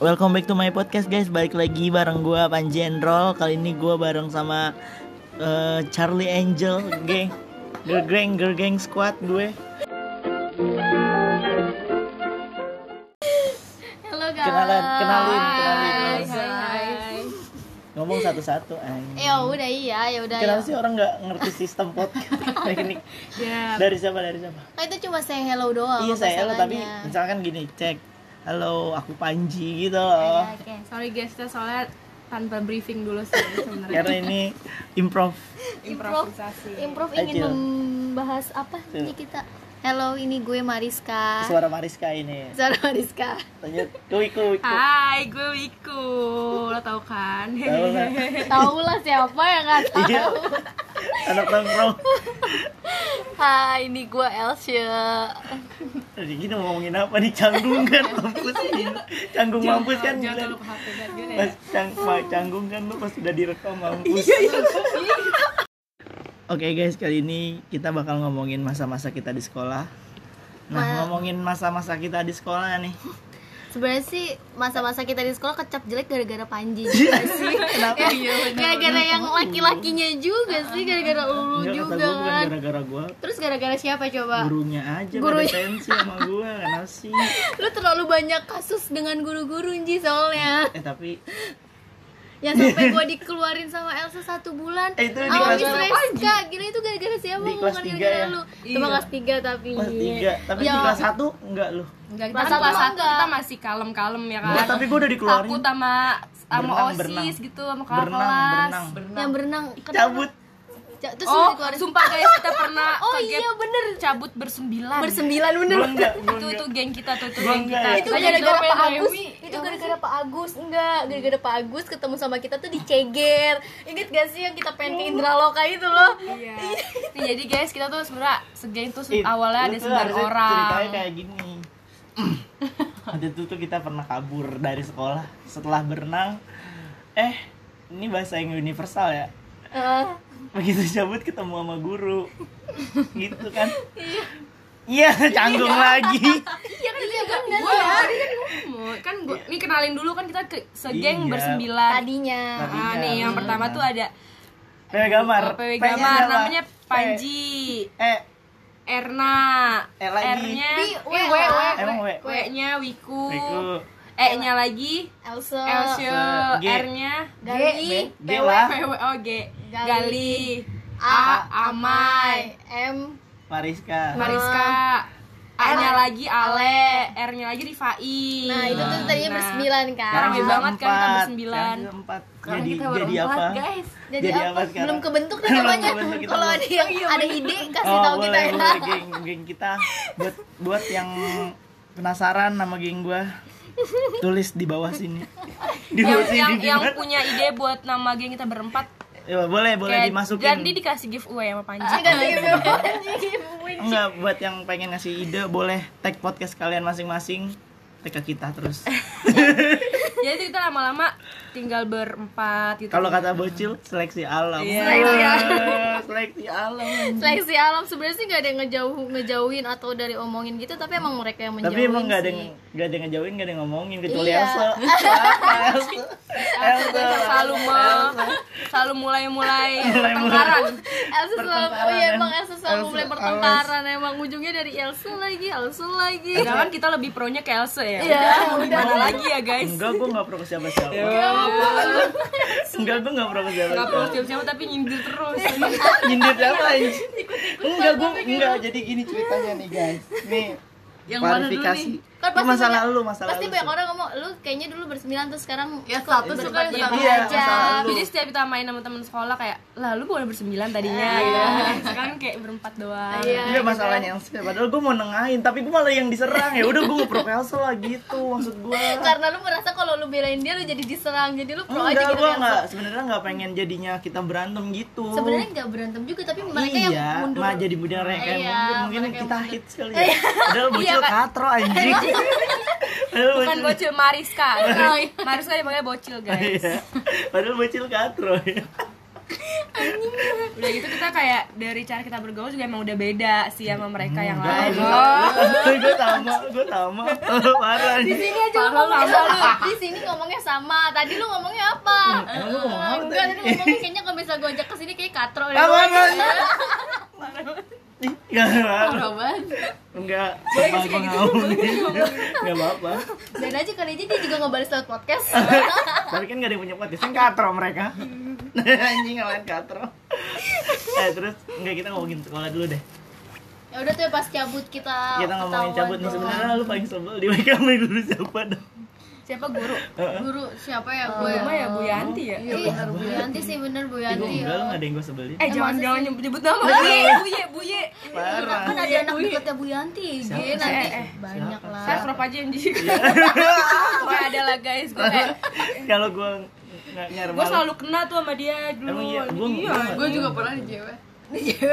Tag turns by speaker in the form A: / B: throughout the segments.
A: Welcome back to my podcast guys. Balik lagi bareng gua Panji Enrol. Kali ini gua bareng sama eh, Charlie Angel geng. Gergeng Gergeng squad gue.
B: Halo guys.
A: Kenalan, kenalin, kenalin.
B: Hai,
A: kenalin.
B: hai, hai.
A: Ngomong satu-satu
B: Eh,
A: ay.
B: Ya udah iya, ya udah.
A: Kenapa
B: ya.
A: sih orang nggak ngerti sistem podcast teknik?
C: Ya,
A: Dari siapa? Dari siapa?
B: Kan itu cuma say hello doang.
A: iya saya lo tapi
B: masalahnya.
A: misalkan gini cek. Halo, aku Panji gitu loh.
B: Iya, oke.
C: sorry guys, kita soalnya tanpa briefing dulu sih sebenarnya.
A: Karena ini improv.
C: Improvisasi.
B: Improve
A: Ayo,
B: ingin
A: Cil.
B: membahas apa
A: Cil.
B: nih kita? Hello, ini gue Mariska.
A: Suara Mariska ini.
B: Suara Mariska.
A: Lanjut, kuy kuy. kuy.
B: Ah.
C: Hai, gue Wiku. Lo tau kan?
A: Tahu nggak?
B: Tahu lah siapa ya, kan? yang nggak tahu.
A: Iya. Anak nongkrong.
B: Hai, ini gue Elsia.
A: Jadi gini mau ngomongin apa nih canggung kan mampus ini. Canggung mampus kan
C: Jangan
A: gila.
C: lupa HP kan gue deh.
A: Mas cang ma- canggung kan lu pas udah direkam mampus. Oke guys, kali ini kita bakal ngomongin masa-masa kita di sekolah. Nah,
B: Ma-
A: ngomongin masa-masa kita di sekolah nih.
B: Sebenarnya sih masa-masa kita di sekolah kecap jelek gara-gara Panji juga sih.
C: Iya,
A: Kenapa?
B: gara-gara yang laki-lakinya juga sih, gara-gara lu
A: Enggak kata
B: juga
A: gue bukan
B: kan.
A: gara-gara gue
B: Terus gara-gara siapa coba?
A: gurunya aja
B: Gurunya.
A: gurunya. tensi sama gue kenapa sih
B: Lu terlalu banyak kasus dengan guru-guru Nji soalnya
A: eh tapi
B: Yang Ya, sampai gua dikeluarin sama Elsa satu bulan
A: Eh, itu di
B: Sama
A: kelas
B: Miss
A: berapa,
B: Reska Gila itu gara-gara siapa
A: Di
B: bukan
A: kelas tiga
B: gara-gara
A: ya?
B: lu Cuma
C: Iya.
B: kelas 3 tapi
A: kelas oh, tiga tapi
B: Ya,
A: di kelas satu enggak loh
C: Enggak, kita kan
B: Kelas satu
C: kelas
B: mah
C: satu
B: enggak.
C: kita masih kalem-kalem ya
A: Enggak,
C: kan.
A: Iya, tapi gue udah dikeluarin
C: Takut sama sama
A: Berenang, berenang.
C: OSIS gitu, sama kakak
A: berenang
C: kelas.
A: berenang
B: Yang berenang
A: cabut
B: Ca- Terus lu
C: Oh,
B: dikeluarin
C: sumpah guys, kita pernah
B: Oh
C: kaget
B: iya bener
C: cabut bersembilan.
B: Bersembilan bener
A: Gua enggak, gua
C: itu
A: enggak.
C: tuh geng kita tuh tuh
A: Gua
C: geng
A: enggak
C: kita.
A: ya.
B: itu
C: Tanya
B: gara-gara
C: Dora
B: Pak
C: sama
B: Agus
C: Yumi.
B: itu gara-gara Pak Agus enggak gara-gara Pak Agus ketemu sama kita tuh diceger inget gak sih yang kita pengen ke Indraloka itu loh
C: Iya. Nih, jadi guys, kita tuh sebenarnya segeng tuh
A: Ih, lu
C: awalnya ada
A: tuh
C: sembilan
A: harusnya
C: orang.
A: ceritanya kayak gini ada tuh tuh kita pernah kabur dari sekolah setelah berenang eh ini bahasa yang universal ya
B: Eh,
A: begitu cabut ketemu sama guru gitu kan iya canggung lagi
B: iya kan iya kan
A: gitu.
C: Gua hari kan ngomong, kan gua nih kenalin dulu kan kita ke segeng
A: Iya.
C: bersembilan.
B: tadinya
C: Ah, nih yang pertama tuh ada eh,
A: PW Gamar
C: PW
A: P-nya
C: Gamar
A: siapa?
C: namanya Panji,
A: P. eh
C: Erna,
A: E lagi.
C: R-nya,
B: Wi, W,
C: eh, W, W,
B: lah.
A: Emang W?
C: W-nya Wiku,
A: Wiku.
C: E-nya lagi,
B: Elsa
C: Elsio,
A: G.
C: R-nya
B: Gali
A: G lah
C: PW, oh G,
B: Gali.
C: Gali,
B: A
C: A, Amai,
B: M
A: Mariska
B: Ah.
C: Mariska, A-nya lagi Ale, R-nya lagi Rifai.
B: nah itu tuh tadinya
C: Nah,
B: bersembilan kan
C: Rame banget kan, kita
A: empat.
C: bersembilan.
A: Sekarang kita empat.
C: Sekarang
A: jadi
C: kita
A: jadi
C: berempat,
A: apa
C: guys.
B: jadi,
A: Jadi apa
B: apa
A: sekarang?
B: belum kebentuk nih
A: Belum
B: namanya
A: kebentuk, kita
B: kalau
A: belum.
B: ada
D: Oh,
B: yang
D: iya,
B: ada ide kasih
A: Oh,
B: tahu kita
A: boleh,
B: ya
A: boleh, geng, geng kita buat buat yang penasaran nama geng gua tulis di bawah sini di
C: yang
A: bawah sini
C: yang, yang
A: Iya, gimana?
C: punya ide buat nama geng kita berempat
A: Ya, boleh boleh
C: kayak-
A: dimasukin
C: Jadi dikasih giveaway sama Panji.
B: Ini kan
A: Iya,
B: gitu.
A: enggak buat yang pengen ngasih ide boleh tag podcast kalian masing-masing tag ke kita terus
C: Jadi tuh kita lama-lama tinggal berempat gitu.
A: kalau kata bocil seleksi alam
C: Iya.
B: Seleksi
A: Wah, seleksi alam
B: seleksi alam sebenarnya sih nggak ada yang ngejauh ngejauhin atau dari omongin gitu tapi emang mereka yang menjauhin
A: tapi emang gak ada
B: sih.
A: yang gak ada yang ngejauhin gak ada yang ngomongin kecuali
B: Iya.
A: Elsa Elsa Elsa
C: selalu mau selalu mulai-mulai
A: Mulai-mulai.
C: pertengkaran.
B: Elsa selalu
A: Pertengkaran,
B: oh iya
A: kan?
B: emang Elsa selalu
A: Elsa,
B: mulai pertengkaran emang ujungnya dari Elsa lagi Elsa lagi
C: Sedangkan kita lebih pro-nya ke Elsa ya.
B: Iya,
C: Mau Gimana lagi ya guys?
A: enggak gue gak pro ke siapa siapa enggak gue gak pro ke siapa
C: Enggak pro
A: siapa
C: siapa-siapa tapi nyindir terus.
A: nyindir siapa anjing? enggak gue enggak jadi gini ceritanya nih guys nih
C: Yang mana dulu
A: klarifikasi
C: nih?
A: Ini
B: Kan pasti
A: masalah
B: banyak-
A: lu masalah
B: pasti
A: lu
B: banyak
A: sih.
B: orang ngomong lu kayaknya dulu bersembilan terus sekarang
D: Ya, satu suka
B: berempat,
D: yang
B: berempat
A: Iya,
B: aja
A: masalah lu.
C: Jadi setiap kita main sama teman sekolah kayak, lah lu boleh bersembilan tadinya gitu. Sekarang kayak berempat doang.
B: Iya,
A: Iya masalahnya yang sih. Padahal gue mau nengahin, tapi gue malah yang diserang ya. Udah gue nggak pro ke Elsa lah gitu maksud gue.
B: karena lu merasa kalau lu belain dia lu jadi diserang jadi lu pro aja
A: Enggak,
B: gitu
A: gue
B: kan
A: nggak. Sebenarnya nggak pengen jadinya kita berantem gitu.
B: sebenarnya nggak berantem juga tapi mereka
A: iya,
B: yang mundur
A: mah jadi budaya kayak
B: Iya,
A: mundur. mungkin
B: mereka yang
A: kita
B: mundur. Iya.
A: hit sekali ya. Padahal bocil katro anjing. Padahal
C: Bukan
A: bocil-
C: bocil Mariska. Mariska dipanggil bocil guys.
A: Iya. Padahal bocil katro. ya.
C: udah gitu kita kayak dari cara kita bergaul juga emang udah beda sih sama mereka yang
A: Enggak,
C: lain Oh,
A: gue- gue sama, gue sama Parah
B: Di
A: nih
B: sini aja lu ngomongnya sama. Iya, Di sini ngomongnya sama. Tadi lu ngomongnya apa?
A: Hmm,
B: Eh,
A: Emang lu ngomong apa
B: Enggak,
A: tadi?
B: tadi ngomongnya kayaknya kalau misal gue ajak ke sini kayak katro deh.
A: Apa enggak? Enggak,
B: Parah banget.
A: Iya, enggak Apa gue
B: gitu,
A: ngomong Enggak apa-apa
B: Dan aja kali aja dia juga ngebales lewat podcast.
A: Tapi kan gak ada yang punya podcast, kan katro mereka Anjing ngalahin katro Eh terus, enggak kita ngomongin sekolah dulu deh
B: ya udah tuh ya pas cabut kita.
A: Kita ngomongin
B: ketahuan
A: cabut nih,
B: tuh.
A: sebenarnya lu paling sebel di WKM dulu siapa dah
C: siapa guru
B: Guru siapa ya gue?
C: Rumah ya Bu Yanti ya
B: Iya, bener Bu Yanti sih bener
A: Ih,
B: Bu
A: Gue
B: Yanti. Iya,
A: enggak, lu gak kan ada yang gue sebelin
C: eh jangan
B: masa
C: jangan
B: sih?
C: nyebut nyebut nama buye buye buye
A: Parah
C: Iya,
B: Kan ada anak deketnya Bu Yanti,
A: Siapa
B: Gue
A: sih?
B: nanti
C: Eh, eh,
B: banyak
A: siapa?
B: lah.
C: saya crop aja yang di gue ada lah guys gue kayak
A: Kalau gue nggak nyari
C: gue selalu kena tuh sama dia dulu
A: Emang iya? Gua- gua juga pernah
B: di JW. Di JW.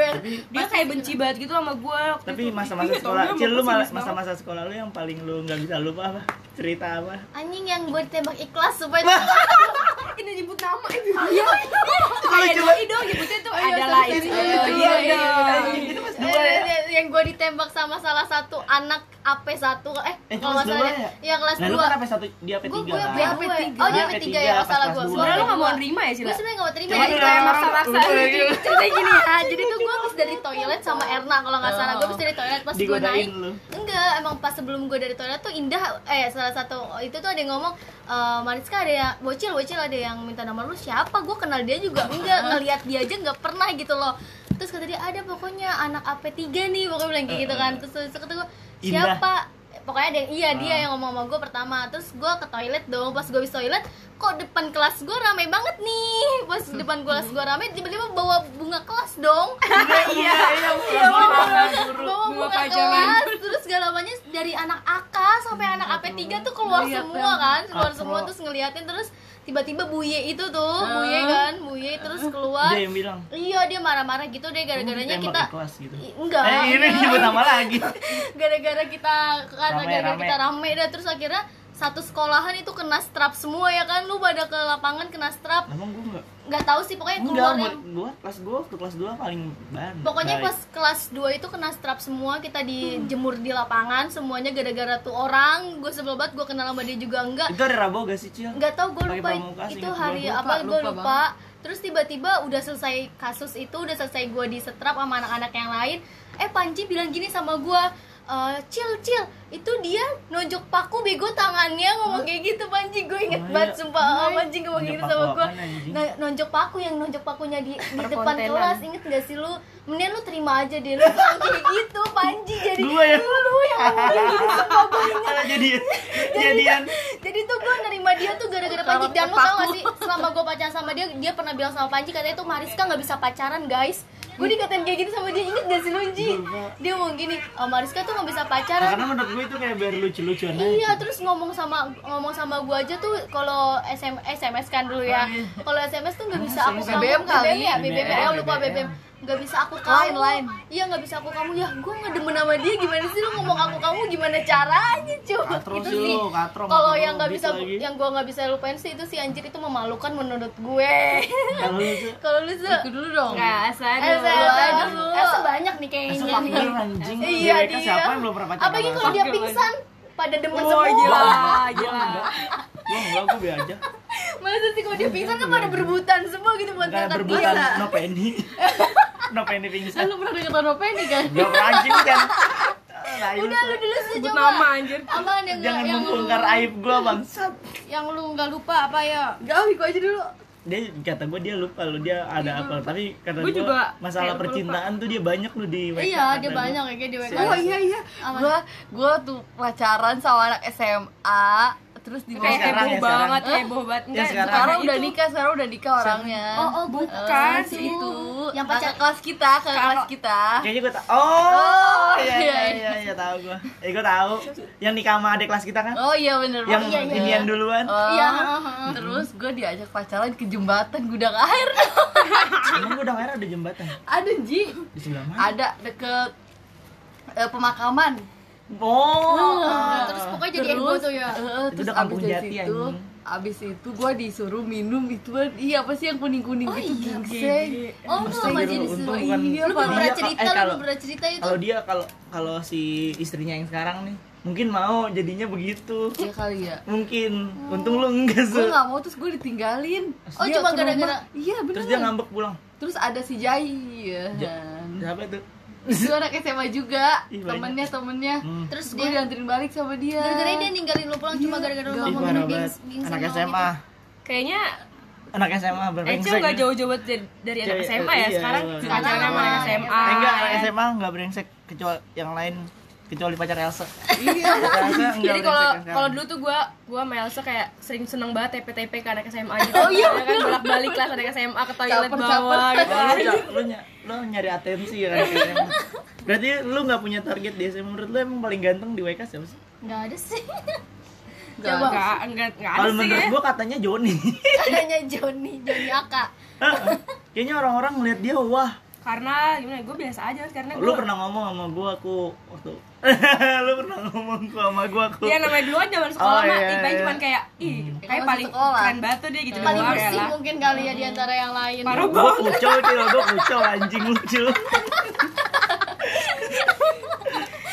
C: dia kayak benci banget gitu sama gue
A: tapi masa-masa
B: Iya,
A: sekolah, Cil lu malah masa-masa sekolah lu yang paling lu nggak bisa lupa apa? Cerita apa?
B: Anjing yang gue ditembak ikhlas supaya
C: ini nyebut nama itu iya
A: Lu coba
C: doi dong nyebutnya gitu, tuh adalah
B: sorry,
C: itu
B: sorry, sorry.
C: iya dong
A: itu pas dua ya.
B: Eh, yang gue ditembak sama salah satu anak AP1 eh,
A: Eh,
B: kalau
A: kelas
B: nggak salah
A: dua ya?
B: ya, ya kelas
A: Nah, lu
B: 2
A: kan apa satu dia apa
B: gue
A: tiga
B: gue
A: kan?
B: dia
C: Apa
B: apa
C: tiga?
B: tiga oh dia
A: Apa
B: apa
A: tiga,
B: tiga ya
A: pas
B: kalau salah
A: kelas
B: gue
A: dua.
C: Sebenernya lo gak mau nerima ya
B: gue
C: Sila?
B: sebenarnya nggak mau terima
A: Cuma
B: jadi
A: kayak
B: kayak
A: orang-
C: maksa-maksa
A: Iya.
B: ceritanya gini ya jadi tuh gue habis dari toilet sama Erna kalau nggak salah gue habis dari toilet pas gue
A: Digodain
B: naik
A: lu.
B: enggak emang pas sebelum gue dari toilet tuh Indah eh salah satu itu tuh ada yang ngomong e, Mariska ada yang bocil bocil ada yang minta nomor lu siapa gue kenal dia juga enggak ngelihat dia aja nggak pernah gitu loh terus kata dia ada pokoknya anak AP3 nih pokoknya bilang kayak gitu kan terus terus kata gue
A: Indah.
B: siapa pokoknya ada yang iya dia yang ngomong sama gue pertama terus gue ke toilet dong pas gue habis toilet kok depan kelas gue rame banget nih pas depan kelas gue rame tiba-tiba bawa bunga kelas dong
A: Iya, iya, iya, iya,
B: bawa
C: bunga
B: bunga
C: pajangan.
B: kelas terus galamanya dari anak AK sampai anak AP3 tuh keluar
C: Ngeliat
B: semua
C: yang
B: kan keluar
A: Katro.
B: semua terus ngeliatin terus tiba-tiba buye itu tuh buye kan buye terus keluar
A: Dia yang bilang.
B: iya dia marah-marah gitu deh gara-garanya
A: "Lu
B: kita iya.
A: tembak ikhlas gitu.
B: I- enggak
A: Eh, ini
B: enggak.
A: nyebut nama lagi.
B: gara-gara kita karena
A: Rame,
B: gara-gara
A: rame.
B: kita rame dah terus akhirnya satu sekolahan itu kena strap semua ya kan lu pada ke lapangan kena strap
A: Emang gue enggak.
B: nggak tahu sih pokoknya
A: Enggak,
B: Eh, keluar yang
A: gue kelas gue waktu kelas 2 paling ban.
B: Pokoknya
A: Kan? baik.
B: pas kelas 2 itu kena strap semua, kita dijemur di lapangan, semuanya gara-gara tuh orang. Gue sebel banget, gue kenal sama dia juga enggak.
A: itu ada Rabu gak sih, Cil?
B: Enggak tahu gue
A: Iya. Pakai
B: lupa
A: pramuka,
B: itu
A: seinget gua.
B: hari
A: Lupa,
B: apa, gue
C: lupa
B: lupa. Terus tiba-tiba udah selesai kasus itu, udah selesai gue di strap sama anak-anak yang lain. Eh Panji bilang gini sama gue, "Eh, cil cil itu dia nonjok paku bego tangannya ngomong kayak gitu Panji gue inget
A: Oh,
B: banget
A: iya.
B: sumpah Ah, Panji ngomong
A: Nonjok
B: gitu
A: paku
B: sama gue
A: apaan, anjing?
B: Nah, nonjok paku yang nonjok pakunya di, di depan
C: Perkontenan.
B: kelas inget gak sih lu mendingan lu terima aja deh lu jangan kayak gitu Panji jadi
A: Gua ya?
B: lu yang ngomong gitu sumpah gua ingat.
A: Malah jadian Iya, jadian
B: jadi tuh gue nerima dia tuh gara-gara Panji dan lu tau gak sih selama gue pacaran sama dia dia pernah bilang sama Panji katanya tuh Mariska nggak bisa pacaran guys gue dikatain kayak gitu sama dia inget gak sih lu Ji dia ngomong gini "Ah, Mariska tuh nggak bisa pacaran
A: karena menurut gue itu kayak biar lucu-lucuan aja
B: Iya, terus ngomong sama ngomong sama gua aja tuh kalau SM, SMS kan dulu
A: Oh,
B: ya.
A: iya.
B: Kalau SMS tuh nggak bisa aku kamu
D: BBM kali.
B: ya, BBM,
A: BBM.
B: ya, lupa BBM. Nggak bisa aku kamu.
D: Lain, lain.
B: Iya, nggak bisa aku kamu. Ya, gua nggak demen sama dia. Gimana sih lu ngomong aku kamu gimana caranya, cuy?
A: Katro sih lu, katro,
B: Kalau
A: katro
B: yang nggak
A: gitu
B: bisa
A: lagi.
B: yang gua nggak bisa lupain sih itu si anjir itu memalukan menurut gue.
A: kalau lu tuh
B: kalau lu eh, tuh
A: Gitu
D: Itu dulu dong.
C: Nggak, asal
B: Elsa,
C: dulu.
B: Elsa, Elsa banyak nih kayaknya.
A: Sumpah bener anjing
B: eh, Iya
A: Mereka
B: dia.
A: siapa yang belum pernah pacaran
B: Apalagi
A: sama
B: kalau dia
C: Pakai
B: pingsan pada demen
C: Wah,
B: semua.
C: gila, gila.
A: Gue enggak, gue biar aja
B: Masa sih kalau dia pingsan kan pada berebutan semua gitu buat
A: Kayak
B: ngangkat
A: berbutan
B: dia.
A: no penny No penny pingsan
D: Kan lu pernah deketan Nope nih kan?
A: Gak pernah anjing kan Nah, itu
B: Udah lu dulu sih
C: Sebut
B: coba.
C: nama anjir
B: Apaan yang
A: Jangan
B: yang lu
A: membongkar aib gue bangsat
B: yang lu nggak lupa apa ya?
D: Enggak, Wiko aja dulu.
A: dia kata gue dia lupa lu dia ada apa tapi kata
C: Gua
A: gue
C: juga
A: masalah
C: kayak lupa-lupa.
A: percintaan tuh dia banyak lu di WK,
B: Iya, dia
A: kata gua.
B: banyak ya kayak di WK.
D: kan, Oh iya iya. Gua gua tuh pacaran sama anak SMA terus di
C: kayak
A: sekarang ya,
C: heboh
A: sekarang.
C: banget heboh banget enggak
A: sekarang.
D: sekarang
C: Ya itu.
D: udah nikah, sekarang udah nikah orangnya. Eh,
B: Oh, oh, gue
C: bukan
D: Si
C: sih
D: itu
B: Yang
D: yang
B: pacar-
D: pacar kelas kita, ke kelas kita.
A: Kayaknya gue tau Oh, iya
D: iya,
A: iya iya iya tau gue Eh gue tau Yang nikah sama adik kelas kita kan
D: Oh iya bener
A: Yang
D: banget.
A: ini yang duluan
D: Oh.
B: Iya.
D: Terus gue diajak pacaran ke jembatan gudang air.
A: Emang gue udah merah ada jembatan
D: Ada Ji,
A: Di sebelah mana?
D: ada deket eh, pemakaman.
A: Oh
B: Terus pokoknya jadi ya? ego tuh ya.
D: eh,
A: Itu
D: terus
A: udah
D: eh, abis
A: kampung
D: dari
A: jati,
D: situ,
A: anjing.
D: abis itu gue disuruh minum itu iya apa sih yang kuning kuning
B: iya,
D: gitu ginseng
B: Oh, lu sama
D: Ginseng.
B: jenis
D: Untung
B: lu.
D: kan
B: Lu belum
D: dia
B: pernah
A: ka-
B: cerita,
A: eh,
B: lu
A: kalau-
B: belum pernah cerita itu.
A: kalau dia kalau kalau si istrinya yang sekarang nih mungkin mau jadinya begitu
D: ya kali ya
A: mungkin untung lu enggak
D: gue
A: Zul.
D: nggak mau terus gue ditinggalin
B: Oh,
D: Dia
B: cuma
D: ke
B: gara-gara-
D: rumah. iya bener
A: terus dia ngambek pulang
D: terus ada si Jai ya.
A: Ja- siapa itu
D: itu anak SMA juga
A: Ih, banyak.
D: temennya temennya
A: Hmm.
B: Terus
D: terus gue
B: dia
D: dianterin balik sama dia
B: gara-gara dia ninggalin lu pulang cuma
D: Iya,
B: gara-gara lu
D: gak-
A: Ih,
B: ngomong
A: parah banget.
B: gings- gingseng
A: anak
B: doang
A: SMA
B: gitu.
C: Kayaknya
A: anak SMA
C: Eco
A: berengsek
C: gak jauh-jauh banget dari- dari anak
A: Cewek,
C: SMA ya
A: iya,
C: Sekarang
A: iya.
C: juga pacarnya sama anak
B: Iya.
C: SMA
A: Eh, enggak anak SMA enggak berengsek kecuali yang lain kecuali pacar Elsa iya
C: Jadi kalau
A: kan.
C: kalau dulu tuh gue gue sama Elsa kayak sering seneng banget TP-TP ke anak SMA gitu. Oh
D: iya,
C: kan bolak-balik kelas anak SMA ke toilet
D: Caper-caper.
C: bawah gitu.
A: lu, ja- lu, ny- lu nyari atensi ya anak SMA. berarti lu nggak punya target di SMA menurut lu emang paling ganteng di WK siapa sih
B: Nggak ada sih.
D: Gak
C: Coba
D: ada.
C: enggak enggak enggak ada
A: kalau
C: sih. ya.
A: menurut gua katanya Joni
B: Adanya Joni, Joni Aka.
A: kayaknya orang-orang ngeliat dia wah
C: Karena gimana gue biasa aja karena
A: lu
C: gue
A: pernah ngomong sama gua aku waktu lu pernah ngomong sama gua aku
C: Iya namanya dulu aja zaman sekolah
A: Oh,
C: mah
A: iya,
C: IPA
A: iya.
C: cuman kayak ih kayak
D: masih
C: paling
D: sekolah.
C: keren batu dia gitu
B: Paling
C: doang,
B: bersih
C: elah.
B: mungkin kali ya di antara yang lain.
C: Parah
A: gua
C: banget.
A: kucel kira gua kucel anjing lucu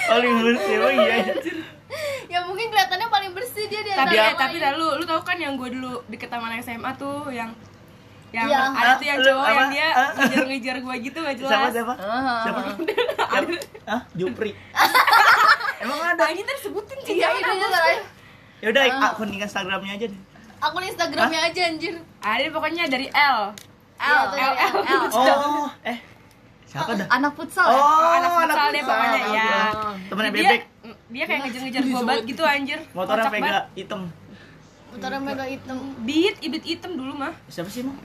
A: paling lucu emang iya ya?
B: Ya mungkin kelihatannya paling bersih dia di antara
C: Tapi
B: yang
C: ya,
B: lain. Iya,
C: tapi dah lu lu tau kan yang gue dulu deket sama anak SMA tuh yang yang
B: Iya.
C: ada tuh yang
A: Lu
C: cowok yang
A: apa?
C: dia
A: Ah.
C: ngejar-ngejar gue gitu gak jelas.
A: siapa siapa siapa siapa ah Jupri emang ada
C: Tadi tersebutin sih
D: iya iya iya iya.
A: ya udah
C: Ah.
A: akun Instagramnya aja deh
B: Akun Instagramnya aja anjir. Iya,
C: Ada pokoknya dari L.
B: L,
C: L, L.
A: oh eh siapa dah
D: anak futsal ya?
A: oh
C: anak futsal deh
A: futsal.
C: pokoknya ya.
A: temennya
C: Dia-
A: bebek
C: Dia kayak ngejar-ngejar gue banget gitu anjir.
A: motornya
C: Kocak
A: Vega
C: banget.
A: hitam
B: Putaran mega hitam.
C: Beat, ibit item dulu mah.
A: siapa sih emang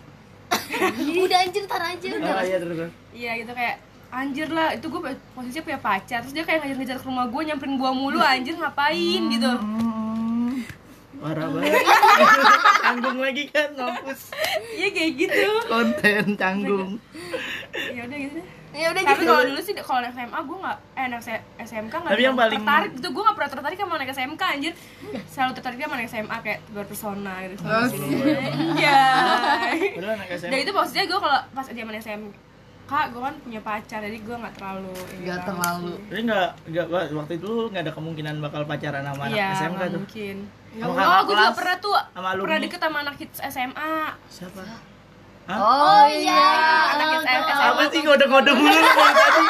B: Udah anjir tar aja.
A: oh
B: udah.
A: iya terus terus.
C: Iya gitu kayak anjir lah itu gue posisinya punya pacar terus dia kayak ngejar-ngejar ke rumah gue nyamperin gue mulu anjir ngapain gitu
A: Hmm, parah banget canggung lagi kan mampus
C: iya kayak gitu
A: konten canggung
C: ya udah gitu deh.
B: Ya udah
C: tapi kalau dulu sih kalau anak SMA gue nggak eh anak S- SMK nggak
A: Tapi yang
C: pernah
A: paling-
C: tertarik gitu gue nggak pernah tertarik sama anak SMK anjir selalu tertarik sama anak SMA kayak berpersona gitu iya
A: Padahal anak SMA
C: dan itu maksudnya gue kalau pas zaman SMK gue kan punya pacar jadi gue nggak terlalu ini
D: Gak
C: banget
D: terlalu
C: sih.
A: Tapi nggak nggak waktu itu lu nggak ada kemungkinan bakal pacaran sama anak
C: Iya,
A: SMK
C: nggak
A: tuh.
C: mungkin.
A: Sama
C: Oh,
A: kakak
C: gue juga
A: kelas,
C: pernah tuh
A: sama alumni.
C: pernah deket sama anak hits SMA.
A: Siapa?
D: oh iya
C: anak hits SMA.
A: Apa sih kode-kode mulu lu dari tadi?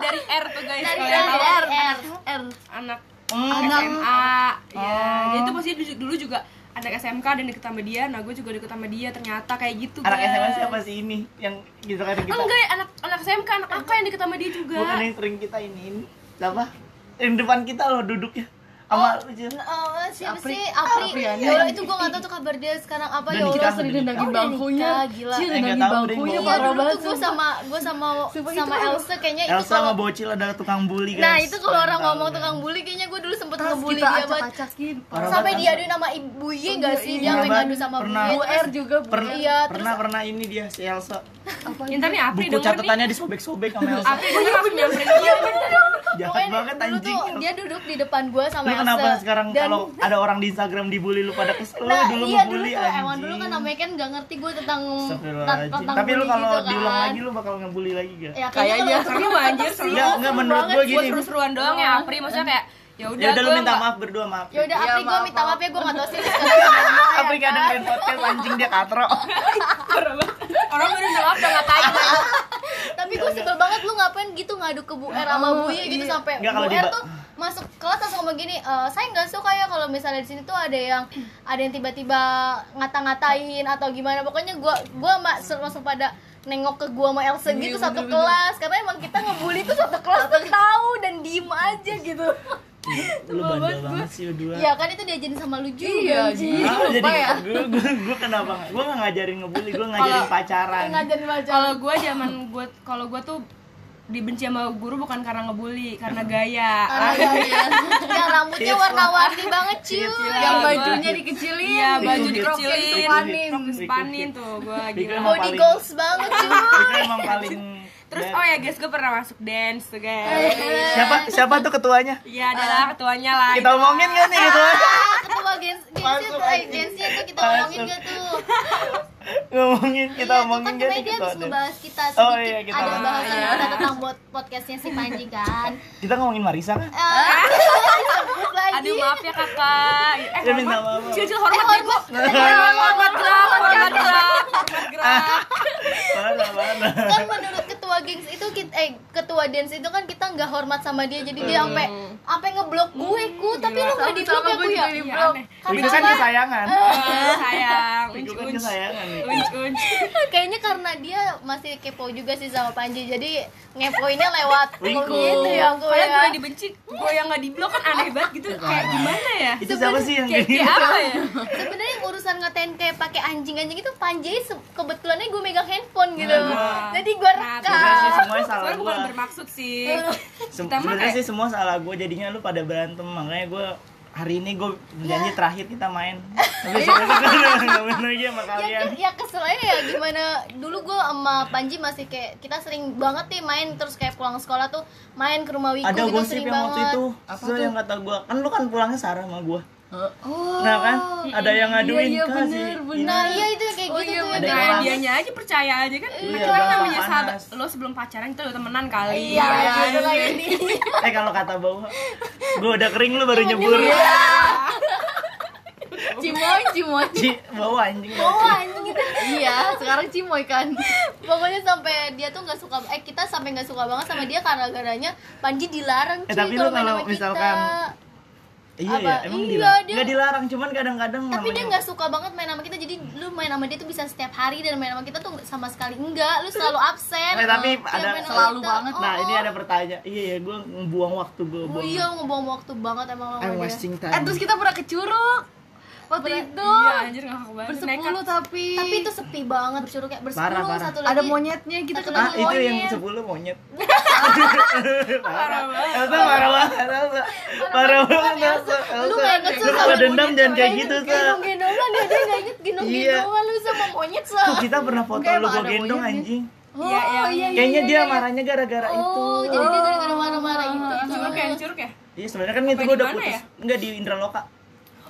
C: Dari R tuh guys.
B: Dari
C: kalau
B: R,
C: yang tahu.
B: R, R, R.
C: Anak
A: Hmm. Oh.
C: SMA. Ya, jadi itu pasti dulu, dulu juga anak SMK dan deket sama dia. Nah, gue juga deket sama dia. Ternyata kayak gitu.
A: Anak
C: guys.
A: SMA siapa sih ini yang gitu kan kita?
C: Enggak, ya, anak anak SMK, anak aku yang deket sama dia juga.
A: Bukan yang sering kita iniin. Siapa? Yang depan kita loh duduknya. Sama lu Cil.
B: Oh, siapa
D: Apri-
B: sih? Apri.
D: Apriani.
B: Ya Allah, itu gua enggak tahu tuh kabar dia sekarang apa
A: Udah
B: ya
A: nikah,
B: Allah.
A: udah
D: sering
A: nikah.
D: dendangin
B: Oh, udah
D: bangkunya
B: nikah, gila.
D: Cil
A: Eh,
D: dendangin
A: nggak tahu,
D: bangkunya
A: Bring.
B: Iya,
D: parah
B: dulu
D: banget
B: tuh gue
D: sumpah.
B: sama gue sama
D: Sumpah, itu
B: sama
D: parah.
B: Elsa kayaknya itu
A: Elsa sama
B: kalau
A: Bocil adalah tukang bully guys.
B: Nah, itu kalau orang
A: Kalian
B: ngomong
A: tahu,
B: tukang
A: ya.
B: bully kayaknya gue dulu sempet
D: Terus
B: ngebully
D: kita gitu.
B: dia banget.
D: acak-acakin
A: Parah
B: Sampai
A: banget.
B: diaduin sama ibu Ye enggak sih? Dia
A: Iya,
B: sampai
A: Bang.
B: ngadu sama Bu
A: Pernah.
B: Ye.
D: Bu R juga Bu
A: Pernah,
B: Iya, terus-
A: pernah, pernah ini dia si Elsa.
D: apa
C: Ntar nih Apri
A: Buku
C: denger nih.
A: catatannya disobek-sobek sama Elsa.
C: Apri denger Apri nyamperin dia.
A: Jahat
B: Pokoknya
A: banget
B: dulu
A: anjing.
B: tuh dia duduk di depan gue sama
A: Lu
B: Elsa.
A: kenapa sekarang
B: Dan-
A: kalau ada orang di Instagram dibully lu pada kesel lu
B: Nah,
A: dulu
B: iya dulu
A: ngebully
B: tuh emang
A: anjing.
B: dulu kan namanya kan gak ngerti gue tentang
A: Astagfirullahaladzim.
B: tentang
A: Tapi lu
B: bully
A: kalau
B: gitu kan.
A: diulang lagi lu bakal ngebully lagi gak?
B: ya
D: Kayaknya.
B: kayaknya
C: Seru anjir, seru.
A: Enggak, enggak menurut gua
C: Buat
A: gini.
C: seru-seruan doang ya Apri, maksudnya kayak ya udah
A: Ya udah lu
C: gua
A: minta
C: nggak-
A: maaf berdua maaf.
B: ya udah
D: Iya,
B: Apri gue
D: maaf,
B: minta maaf ya gue gak tau sih
A: Apri kadang main podcast anjing dia katro.
C: Orang baru minta maaf udah ngatain.
B: tapi gue sebel banget lu ngapain gitu ngadu ke Bu R sama Bu Y gitu sampai
A: Nggak,
B: Bu
A: kalau
B: R
A: diba-
B: tuh masuk kelas langsung ngomong gini "Eh, saya nggak suka ya kalau misalnya di sini tuh ada yang ada yang tiba-tiba ngata-ngatain atau gimana pokoknya gua gua mak langsung pada nengok ke gua sama Elsa gitu satu kelas karena emang kita ngebully tuh satu kelas tuh tahu dan diem aja gitu
A: Lu bandel banget sih berdua.
B: ya kan itu diajarin sama lu juga
D: Iya,
B: Ji.
D: Ji.
A: Ah,
D: Lupa
A: jadi
D: ya?
A: gue gue gue kenapa nggak- gue nggak ngajarin ngebully gue ngajarin pacaran
B: ngajarin aja
C: kalau gue zaman gue kalau gue tuh dibenci sama guru bukan karena ngebully karena gaya Ah,
B: yang rambutnya warna-warni banget cuy
D: yang
C: Iya,
D: bajunya
A: gua-
D: dikecilin
C: iya baju
A: Dikit-dikit.
D: Dikit,
C: dikecilin
D: disempanin.
C: rok disempanin tuh gue
A: Dikit.
C: gila
B: body goals banget cuy
A: itu emang paling
C: terus
A: bad.
C: oh ya guys gue pernah masuk dance tuh guys
A: siapa siapa tuh ketuanya
C: iya adalah ketuanya lah
A: kita omongin gak nih ketuanya
B: Ah, ketua gens gensnya
A: Masuk,
B: tuh, eh,
A: anjing.
B: gensnya tuh kita
A: Masuk.
B: omongin gak tuh?
A: ngomongin kita
B: Iya, tuh
A: omongin
B: kan
A: gak
B: kemarin
A: nih
B: dia
A: kita
B: habis
A: ada.
B: ngebahas kita sedikit
A: Oh, iya, kita
B: ada
A: bahas.
B: bahasan
D: Iya.
B: kita tentang buat podcastnya si Panji kan.
A: kita ngomongin Marisa kan
B: Eh, sebut lagi.
C: Aduh maaf ya kakak. Eh,
A: Ya, minta
C: hormat.
A: maaf.
C: Cil-cil
B: Eh,
C: hormat ya, Bu.
B: hormat.
C: Hormat gerak, hormat gerak, hormat gerak.
A: mana mana
B: kan menurut ketua gengs itu kita eh ketua dance itu kan kita nggak hormat sama dia jadi
A: Hmm.
B: dia sampai sampai ngeblok gue
C: Hmm,
B: ku tapi lu nggak di blok
D: Sama
B: ya
D: gue
B: ku ya
D: juga di blok.
C: aneh.
A: Wiku kan kesayangan
C: Eh, Iya. Sayang,
A: Wiku kan
C: unc-unc.
A: kesayangan nih
C: Unc-unc.
B: kayaknya karena dia masih kepo juga sih sama Panji jadi ngepoinnya lewat
A: Wiku.
B: gitu ya gue
C: Padahal gue
B: ya
C: yang dibenci, gue yang nggak di blok kan aneh banget gitu. Kayak gimana ya?
A: itu siapa sih yang
C: Kayak, kayak
A: gini?
C: apa ya?
B: sebenarnya yang urusan ngatain kayak pakai anjing-anjing itu Panji se- kebetulannya gue megang handphone gitu
D: Iya,
C: Nah.
B: jadi gue
C: Nah,
A: Sebenarnya sih
B: rekam Eh,
A: semuanya salah
C: Sebenarnya
A: gue
C: bukan bermaksud sih. Kita mah
A: sebenarnya
C: kayak-
A: sih semua salah gue jadinya lu pada berantem makanya gue hari ini gue
C: Iya.
A: janji terakhir kita main tapi sebenarnya gue udah nggak main lagi sama
B: ya,
A: kalian
B: ke- ya keselnya ya gimana dulu gue sama Panji masih kayak kita sering banget nih main terus kayak pulang sekolah tuh main ke rumah Wiku
A: ada
B: gitu
A: gosip
B: sering
A: yang waktu
B: banget
A: itu
D: Apa
A: so
D: tuh?
A: yang kata gue kan lu kan pulangnya sarah sama gue
D: Oh.
A: nah kan ada yang ngaduin
D: Iya, iya,
A: "Kak, si
D: bener,
A: ini-
D: bener.
B: nah iya itu yang kayak
D: Oh,
B: gitu
D: iya,
B: tuh
A: ada
B: yang
A: yang
C: Nah,
A: panas.
C: dianya aja percaya aja kan.
A: Iya,
C: Iya, kan
A: gampang
C: namanya sahabat.
A: panas.
C: Lo sebelum pacaran kita udah temenan kali.
B: Iya,
D: Iya,
B: itu
D: iya.
B: lagi nih.
A: eh kalau kata bau gue udah kering lu
B: Iya,
A: baru nyebur
D: Cimoy, cimoy.
A: Ci, bau anjing
B: Bawa anjing gitu.
D: iya, sekarang cimoy kan.
B: Pokoknya sampai dia tuh nggak suka eh kita sampai nggak suka banget sama dia karena garanya Panji dilarang
A: Eh,
B: cuy
A: tapi lu
B: kalau main
A: kalau
B: sama kita.
A: misalkan- iya
B: Apa?
A: ya emang
B: Iya,
A: dilarang
B: dia-
A: nggak dilarang cuman kadang-kadang
B: tapi dia
A: namanya Eh,
B: nggak suka banget main sama kita jadi lu main sama dia tuh bisa setiap hari dan main sama kita tuh sama sekali enggak lu selalu absen
A: Eh, tapi
B: Dia
A: ada-
B: main sama
D: Selalu
B: kita.
D: banget.
B: Oh,
A: nah ini
B: oh.
A: ada pertanyaan iya ya gue ngebuang waktu gue
B: Oh iya Oh, ngebuang waktu banget emang
A: I'm
B: sama dia.
A: wasting time
D: Eh, terus kita pernah ke Curug. Waktu itu.
C: Iya, anjir enggak kebayang.
D: Bersepuluh tapi.
B: Tapi itu sepi banget bercurug kayak
A: Parah,
B: bersepuluh
A: parah.
B: satu lagi.
D: ada monyetnya gitu kan? kita
B: Satu
D: ketemu
A: Ah,
B: lagi.
A: itu
D: monyet.
A: yang sepuluh monyet. parah banget. Elsa parah banget. Elsa parah banget. Elsa.
B: Lu
A: Elsa.
B: kayak kesel
A: Lu kalau
B: sama
A: dendam
B: monyet,
A: jangan kayak
B: cobain
A: gitu, Sa.
B: Gendong-gendongan ya dia nggak inget
A: Iya.
B: gendong-gendongan lu sama monyet sa.
A: Tuh kita pernah foto
D: Kayak
A: lu
D: emang
A: gua
D: ada
A: gendong
D: monyetnya.
A: anjing.
D: Oh,
C: Iya, iya.
D: iya, iya,
A: Kayaknya
D: iya,
A: dia
D: iya.
A: marahnya gara-gara itu.
B: Oh, jadi dia gara-gara marah-marah gitu.
C: Curug ya, curug ya.
A: Iya, sebenarnya kan itu
C: Apa
A: gua udah
C: di mana
A: putus.
C: ya?
A: Enggak di Indraloka.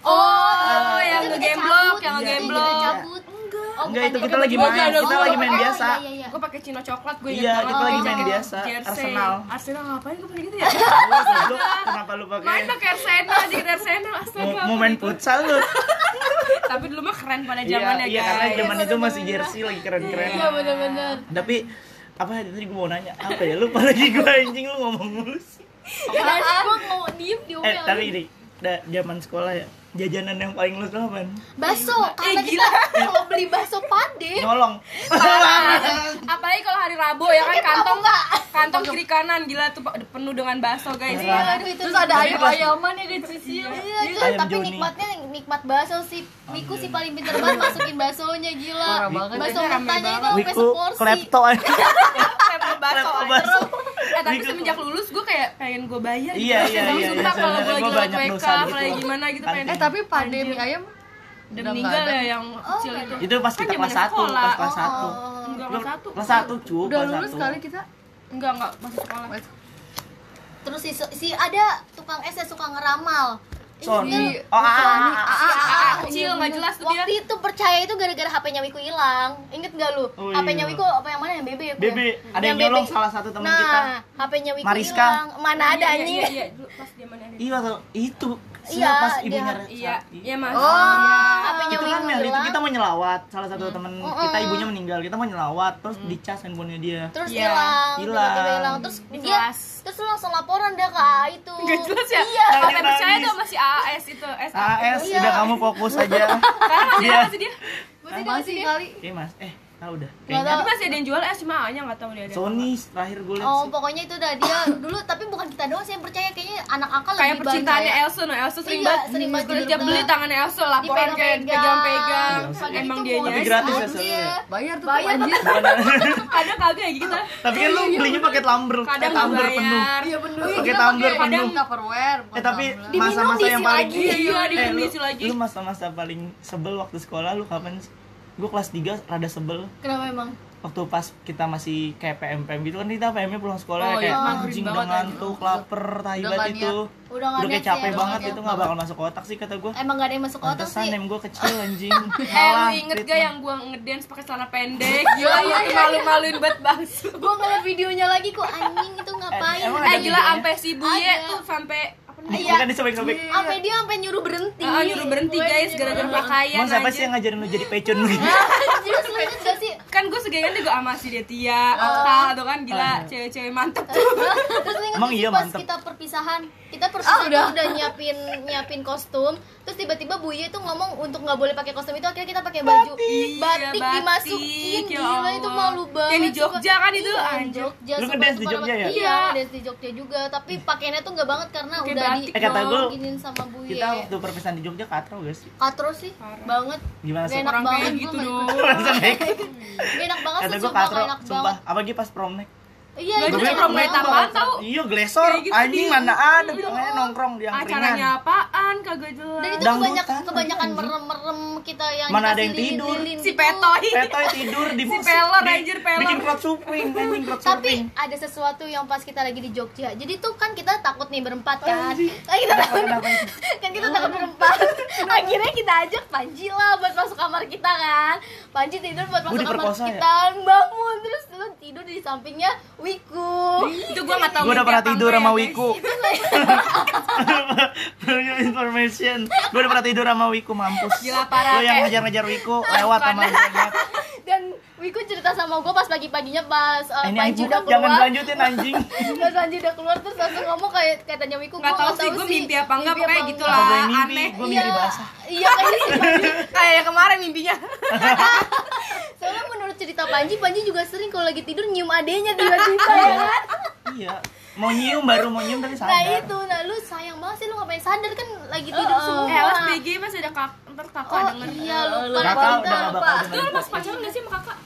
C: Oh, yang
B: iya, Itu kita
C: ngegemblok,
B: cabut,
C: yang
B: iya,
C: ngegemblok.
B: Kita cabut. Enggak.
A: Enggak,
B: Oh, bukan
A: itu
B: ya.
A: kita lagi
C: baju
A: main.
C: ada
A: Kita
C: gua.
A: lagi main
B: Oh,
A: biasa.
B: Iya, iya, iya.
C: Gue pakai chino coklat gue
A: Iya,
C: ingat
A: kita
C: banget.
A: lagi main
C: Jaket
A: biasa. Arsenal.
C: Arsenal ngapain gue pakai gitu ya?
A: Tahu, goblok. Kenapa lu pakai
C: Main pakai Arsenal, jaket Arsenal
A: mau,
C: astaga.
A: mau main futsal lu?
C: Tapi dulu mah keren pada
A: Iya,
C: zamannya
A: iya
C: guys.
A: karena zaman itu masih jersey lagi keren-keren.
B: Iya, benar-benar.
A: Tapi apa ya, tadi gue mau nanya apa ya lupa lagi gue anjing lu ngomong mulu sih
B: Tadi gua mau diem di
A: eh tapi ini da, zaman sekolah ya jajanan yang paling lu tuh apa
B: Baso, karena kita kalau beli baso pade
A: nyolong
C: Apalagi kalau hari Rabu ya kan kantong
B: enggak?
C: kantong kiri kanan gila tuh penuh dengan bakso guys.
A: Iya.
B: Aduh itu
D: Terus ada
A: Tapi
D: ayam
A: pas-
D: ayaman ya dari sisi.
B: Iya, itu
A: Ayam
B: tapi
A: Joni.
B: nikmatnya nikmat bakso sih. Wiku sih paling pinter banget masukin baksonya gila.
D: Parah banget.
B: Bakso
C: Rame
B: mentahnya itu
C: banget.
B: sampai
A: wiku
B: seporsi.
A: klepto aja
C: Saya bakso.
A: klepto
C: aja.
A: baso
C: Eh tapi
A: Wiku-
C: semenjak lulus gue kayak pengen gue bayar gitu.
A: Iya, iya,
C: Tapi
A: iya,
C: sumpah
A: iya,
C: kalau gue
A: sebenarnya
C: lagi
A: gua
C: lewat
A: banyak
C: WK
A: dosa di
C: apalagi
A: situ.
C: gimana gitu
A: Anjing.
C: pengen
D: Eh, tapi pade mie ayam
C: udah
D: udah
C: meninggal
D: nggak ada.
C: ya yang kecil itu.
A: itu pas kita
C: Kan
A: kelas
C: zaman
A: satu
C: sekolah.
A: pas kelas satu
C: Enggak
A: Lu-
C: kelas satu.
A: kelas satu cu
D: udah
A: kelas
D: lulus
A: satu.
D: kali kita.
C: Enggak, enggak masih sekolah.
D: Ah,
C: Ah,
B: Terus si, si ada tukang es yang suka ngeramal.
A: Son.
B: Ingat nggak?
A: oh ah, ah, ah.
C: Ah, ah, ah,
B: Iya,
C: kecil
B: bener.
C: enggak jelas tuh dia.
B: Waktu itu percaya itu gara-gara HP-nya Wiku hilang. Ingat gak lu?
A: Oh,
B: HP-nya
A: iya.
B: Wiku apa yang mana yang Bebe ya? Ku ya?
A: Bebe, ada yang
B: Bebe.
A: nyolong salah satu teman
B: nah,
A: kita.
B: HP-nya Wiku
A: Mariska.
B: hilang. Mana ada
C: Iya,
B: anjing?
C: Iya, iya, dulu pas zamannya dia.
A: iya tuh, itu
B: Iya,
A: iya pas ibunya
B: dia-
A: Rati.
C: Iya, iya Mas.
A: itu
B: HP-nya
A: kan
B: Wiku
A: Mel, itu
B: hilang.
A: kita mau nyelawat salah satu teman
B: Mm-mm. Mm.
A: kita ibunya meninggal kita mau nyelawat terus dicas handphonenya dia
B: Terus
C: Iya.
B: hilang,
A: Hilang.
B: tiba-tiba hilang. Terus
C: Di
B: dia
C: kelas.
B: terus lu langsung laporan dah ke A itu.
C: Enggak jelas ya?
B: Iya.
A: Lagi
C: Sampai percaya
A: nangis.
C: tuh masih AAS itu, S.
A: AS
B: Iya.
A: "Ah, udah kamu fokus aja
C: Sekarang masih
A: Iya.
C: ada masih dia.
B: Maksudnya dia
D: Masih ya?
B: masih-
D: kali.
A: Oke mas, eh ah udah
B: Nggak
A: Kayaknya
B: tahu.
C: Tapi masih ada ya, yang jual es cuma A-nya enggak tahu dia ada.
A: Sony terakhir gue liat
B: Oh,
A: sih
B: pokoknya itu udah dia dulu tapi bukan kita doang sih yang percaya kayaknya anak akal
C: kayak
B: lebih
C: percintaannya
B: percaya.
C: Elsa no Elsa sering
B: Iya,
C: banget
B: sering banget
C: Terus
B: gitu.
C: dia beli tangannya Elsa laporan kayak pegang-pegang
A: Dipegang-pegang.
B: Pakai
C: emang
B: Iya, itu
C: dia
B: modus
A: Tapi gratis ya,
B: aja.
A: soalnya.
D: Bayar tuh
B: Bayar
D: anjir.
C: kadang kagak ya gitu
A: Tapi kan
B: Iya.
A: lu belinya pakai tumbler, eh,
C: kadang nggak
A: tumbler penuh
C: bayar
D: Iya bener.
A: Pakai
D: Kita
A: tumbler
D: pakai
C: penuh.
D: Tupperware. bukan
A: Eh tapi
D: tumbler.
B: Diminum
A: masa-masa yang
B: diisi
A: paling
B: lagi.
C: iya iya
A: Eh,
C: diminum
A: lu,
C: diisi lagi
A: lu masa-masa paling sebel waktu sekolah lu kapan sih? Gue kelas 3 rada sebel
B: Kenapa emang?
A: waktu pas kita masih kayak PM PM gitu kan kita PM-nya pulang sekolah
C: Oh,
A: kayak
C: iya.
A: anjing
C: Banget,
A: udah
C: anjing.
A: ngantuk, lapar, tai
D: Udah
A: banget
D: nggak
A: itu.
B: Udah nggak
A: Udah kayak
B: niat sih,
A: capek
B: udah
A: banget
C: iya.
B: nggak
A: itu
B: niat.
A: nggak bakal masuk otak sih kata gue.
B: Emang gak ada yang masuk otak
A: Pantesan
B: sih
A: nem gue kecil anjing.
C: Eh, lu
A: Malah,
C: inget gak
A: treatment.
C: yang gua ngedance pakai celana pendek?
B: Iya,
C: Gila, itu malu-maluin banget bangsu.
B: Gue ngeliat videonya lagi kok anjing itu ngapain
A: emang
C: Eh,
A: ada
C: gila,
A: videonya?
C: sampai si Buye
B: Ada.
C: tuh sampai apa namanya?
B: Iya.
A: Bukan disobek-sobek.
B: Sampai dia sampai nyuruh berhenti
C: Ah, nyuruh berhenti guys gara-gara pakaian
A: Emang siapa sih
C: Iya, anjir. Iya,
A: yang ngajarin lu jadi pecun gitu?
B: Terus lu inget gak sih?
C: kan gue segengan juga sama si Detia,
B: Oh.
C: Alta, atau kan gila cewek-cewek mantep tuh.
B: Terus lu inget
A: Emang
B: gak sih
A: iya,
B: pas
A: mantep.
B: kita perpisahan Kita perpisahan
D: Ah, udah.
B: tuh udah nyiapin nyiapin kostum Terus tiba-tiba Buye tuh ngomong untuk gak boleh pakai kostum itu Akhirnya kita pakai baju batik,
C: Iya,
B: dimasukin
C: batik, ya
B: Gila
C: Allah.
B: itu malu banget
C: Yang di
B: sumpah.
C: Jogja kan itu,
B: Iya, di
C: anjir.
B: Jogja
A: Lu
B: sumpah,
A: ngedance di
B: sumpah
A: Jogja
B: banget.
A: ya?
B: Iya,
C: Iya.
B: dance di Jogja juga Tapi pakaiannya tuh gak banget karena
C: Pakai
B: udah
C: batik
B: di
A: Eh, kata gua,
B: diginin sama Buye
C: iya.
A: Kita waktu perpisahan di Jogja katro guys.
B: Katro sih,
C: Parah.
B: banget
A: Gimana
B: Gak
A: sih?
B: enak
C: Orang
B: banget
C: kayak
B: gua
C: gitu
B: nggak
C: dong.
B: ikut. Gak enak banget
A: Kata
B: sih,
A: gue
B: sumpah gak
A: katro,
B: enak banget
A: sumpah. Apalagi pas prom night.
B: Iya,
C: Gua
B: itu
C: juga
B: enak
C: prom night
B: banget.
C: apaan tau?
A: Iya, glesor.
C: Kayak gitu
A: Anjing
C: di-
A: mana ada bilangnya nongkrong di angkringan.
C: Acaranya apaan? Kagak
B: Dan
C: jelas.
A: Dangdutan,
B: itu kebanyak,
A: anjing.
B: kebanyakan merem-merem kita yang
A: Mana ada
B: dikasih
A: yang tidur.
B: lilin-lilin
C: Si
B: gitu.
C: Petoy.
A: Petoy tidur di
C: Si pelor,
A: di-
C: anjir, pelor.
A: Bikin crowd surfing, anjing crowd
B: Tapi
A: surfing.
B: ada sesuatu yang pas kita lagi di Jogja. Jadi tuh kan kita takut nih berempat kan.
A: Anjing.
B: Kan kita takut,
A: Kenapa itu?
B: kan kita takut berempat. Akhirnya kita ajak Panji lah buat masuk kamar kita kan. Panji tidur buat
A: Gua
B: masuk kamar
A: diperkosa ya?
B: kita. Bangun terus lu tidur di sampingnya Wiku.
C: Itu gue gak tau
A: Gue udah
C: mimpi
A: pernah
C: apa
A: tidur
C: enggak ya,
A: sama
C: guys.
A: Wiku. For your information. Gue udah pernah tidur sama Wiku mampus.
C: Gila,
A: Lo
C: parah,
A: yang
C: kayak-
A: ngejar-ngejar Wiku lewat sama gue.
B: Dan Wiku cerita sama gue pas pagi-paginya pas uh,
A: Ini
B: Panji
A: anjing
B: udah
A: jangan
B: keluar.
A: lanjutin anjing.
B: Mas Panji udah keluar terus langsung ngomong kayak katanya Wiku
C: Nggak
B: gua
C: tahu sih, gua mimpi apa enggak,
B: mimpi apa
C: pokoknya gitu
B: enggak.
A: Apa gue
C: lah. Ah,
A: mimpi?
C: aneh.
A: Gue mimpi
B: Iya,
A: basah.
B: Iya kayaknya sih.
C: Kayak yang kemarin mimpinya.
B: Soalnya menurut cerita Panji, Panji juga sering kalau lagi tidur nyium adenya tiba-tiba ya kan?
A: Iya. Mau nyium baru mau nyium tapi sadar.
B: Nah itu, nah lu sayang banget sih lu ngapain sadar kan lagi tidur semua.
C: Eh, awas BG masih ada kak, ntar kakak
B: Oh
C: denger.
B: iya lupa
A: Kakak udah
B: lupa.
A: nggak bakal
C: Itu lu
A: dengerin.
C: masih pacaran gak sih sama kakak?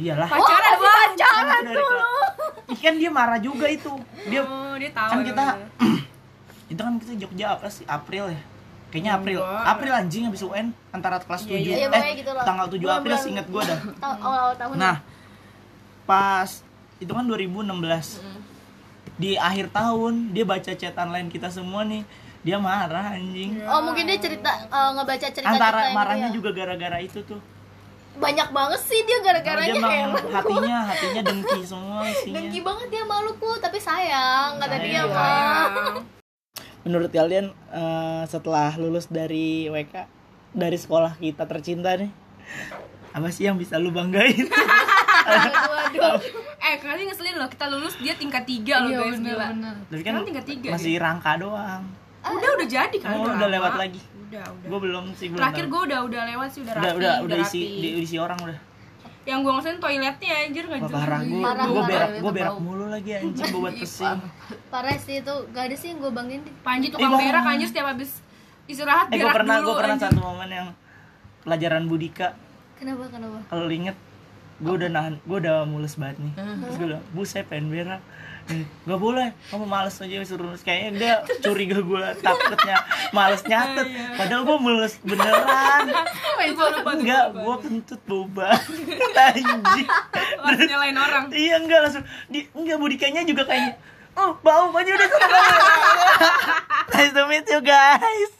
A: Iyalah.
C: Pacaran
B: masih
C: Wan.
B: pacaran
A: Kan udah
B: tuh
A: ada
B: lu.
A: Ikan dia marah juga itu. Dia
C: Oh, dia tahu.
A: kan kita
C: emang.
A: itu kan kita Jogja apa sih April ya kayaknya April
C: Enggak.
A: April anjing habis UN antara kelas 7
B: iya. Iya,
A: eh
B: pokoknya gitu loh.
A: tanggal 7 April
B: Bulan-bulan.
A: seingat gua dah
B: Ta- Awal-awal tahun.
A: nah pas itu kan 2016 di akhir tahun dia baca chatan lain kita semua nih dia marah anjing
B: Oh mungkin dia cerita eh, ngebaca cerita
A: antara marahnya
B: ya.
A: juga gara-gara itu tuh
B: Banyak banget sih
A: Kalau
B: dia
A: dia
B: gara-garanya
A: emang
B: heran gua.
A: hatinya hatinya dengki semua isinya
B: Dengki banget dia maluku tapi sayang kata dia
A: Sayang.
B: mah.
C: Ah.
A: menurut kalian eh, setelah lulus dari WK dari sekolah kita tercinta nih apa sih yang bisa lu banggain
B: Waduh.
C: Eh, kali ngeselin loh, kita lulus dia tingkat 3 loh guys, gila.
A: tapi kan
C: Sekarang tingkat tiga, ya?
A: masih rangka doang
C: Udah udah jadi kan.
A: Oh, udah
C: lama.
A: lewat lagi.
C: Udah, udah.
A: gue belum sih belum
C: Terakhir
A: tahu.
C: gue udah udah lewat sih udah,
A: udah
C: rapi,
A: udah udah isi
C: rapi.
A: di- diisi orang udah
C: Yang gue ngeselin toiletnya anjir enggak
A: Wah, parah gue
B: Parah,
A: gue
B: parah,
A: berak
D: itu
A: gue berak
D: bau.
A: mulu lagi anjing gue buat pusing
B: Parah sih itu, gak ada sih yang gue banggain deh.
C: Panji tukang
A: Eh, gua-
C: berak anjir setiap habis istirahat
A: eh gue
C: berak
A: pernah
C: dulu.
A: gue pernah
C: anjir.
A: satu momen yang pelajaran budika
B: Kenapa kenapa?
A: kalau lu inget gue udah nahan gue udah mules banget nih terus gue bilang bu saya pengen berak Hmm, nggak boleh kamu males aja suruh kayaknya dia curiga gue takutnya males nyatet padahal gue mules beneran
C: Itu gua lupa tuh.
A: enggak gue kentut boba anjing
C: Langsung nyalain orang.
A: iya enggak langsung di enggak budikanya juga kayaknya oh bau banyak udah selesai nice to meet you guys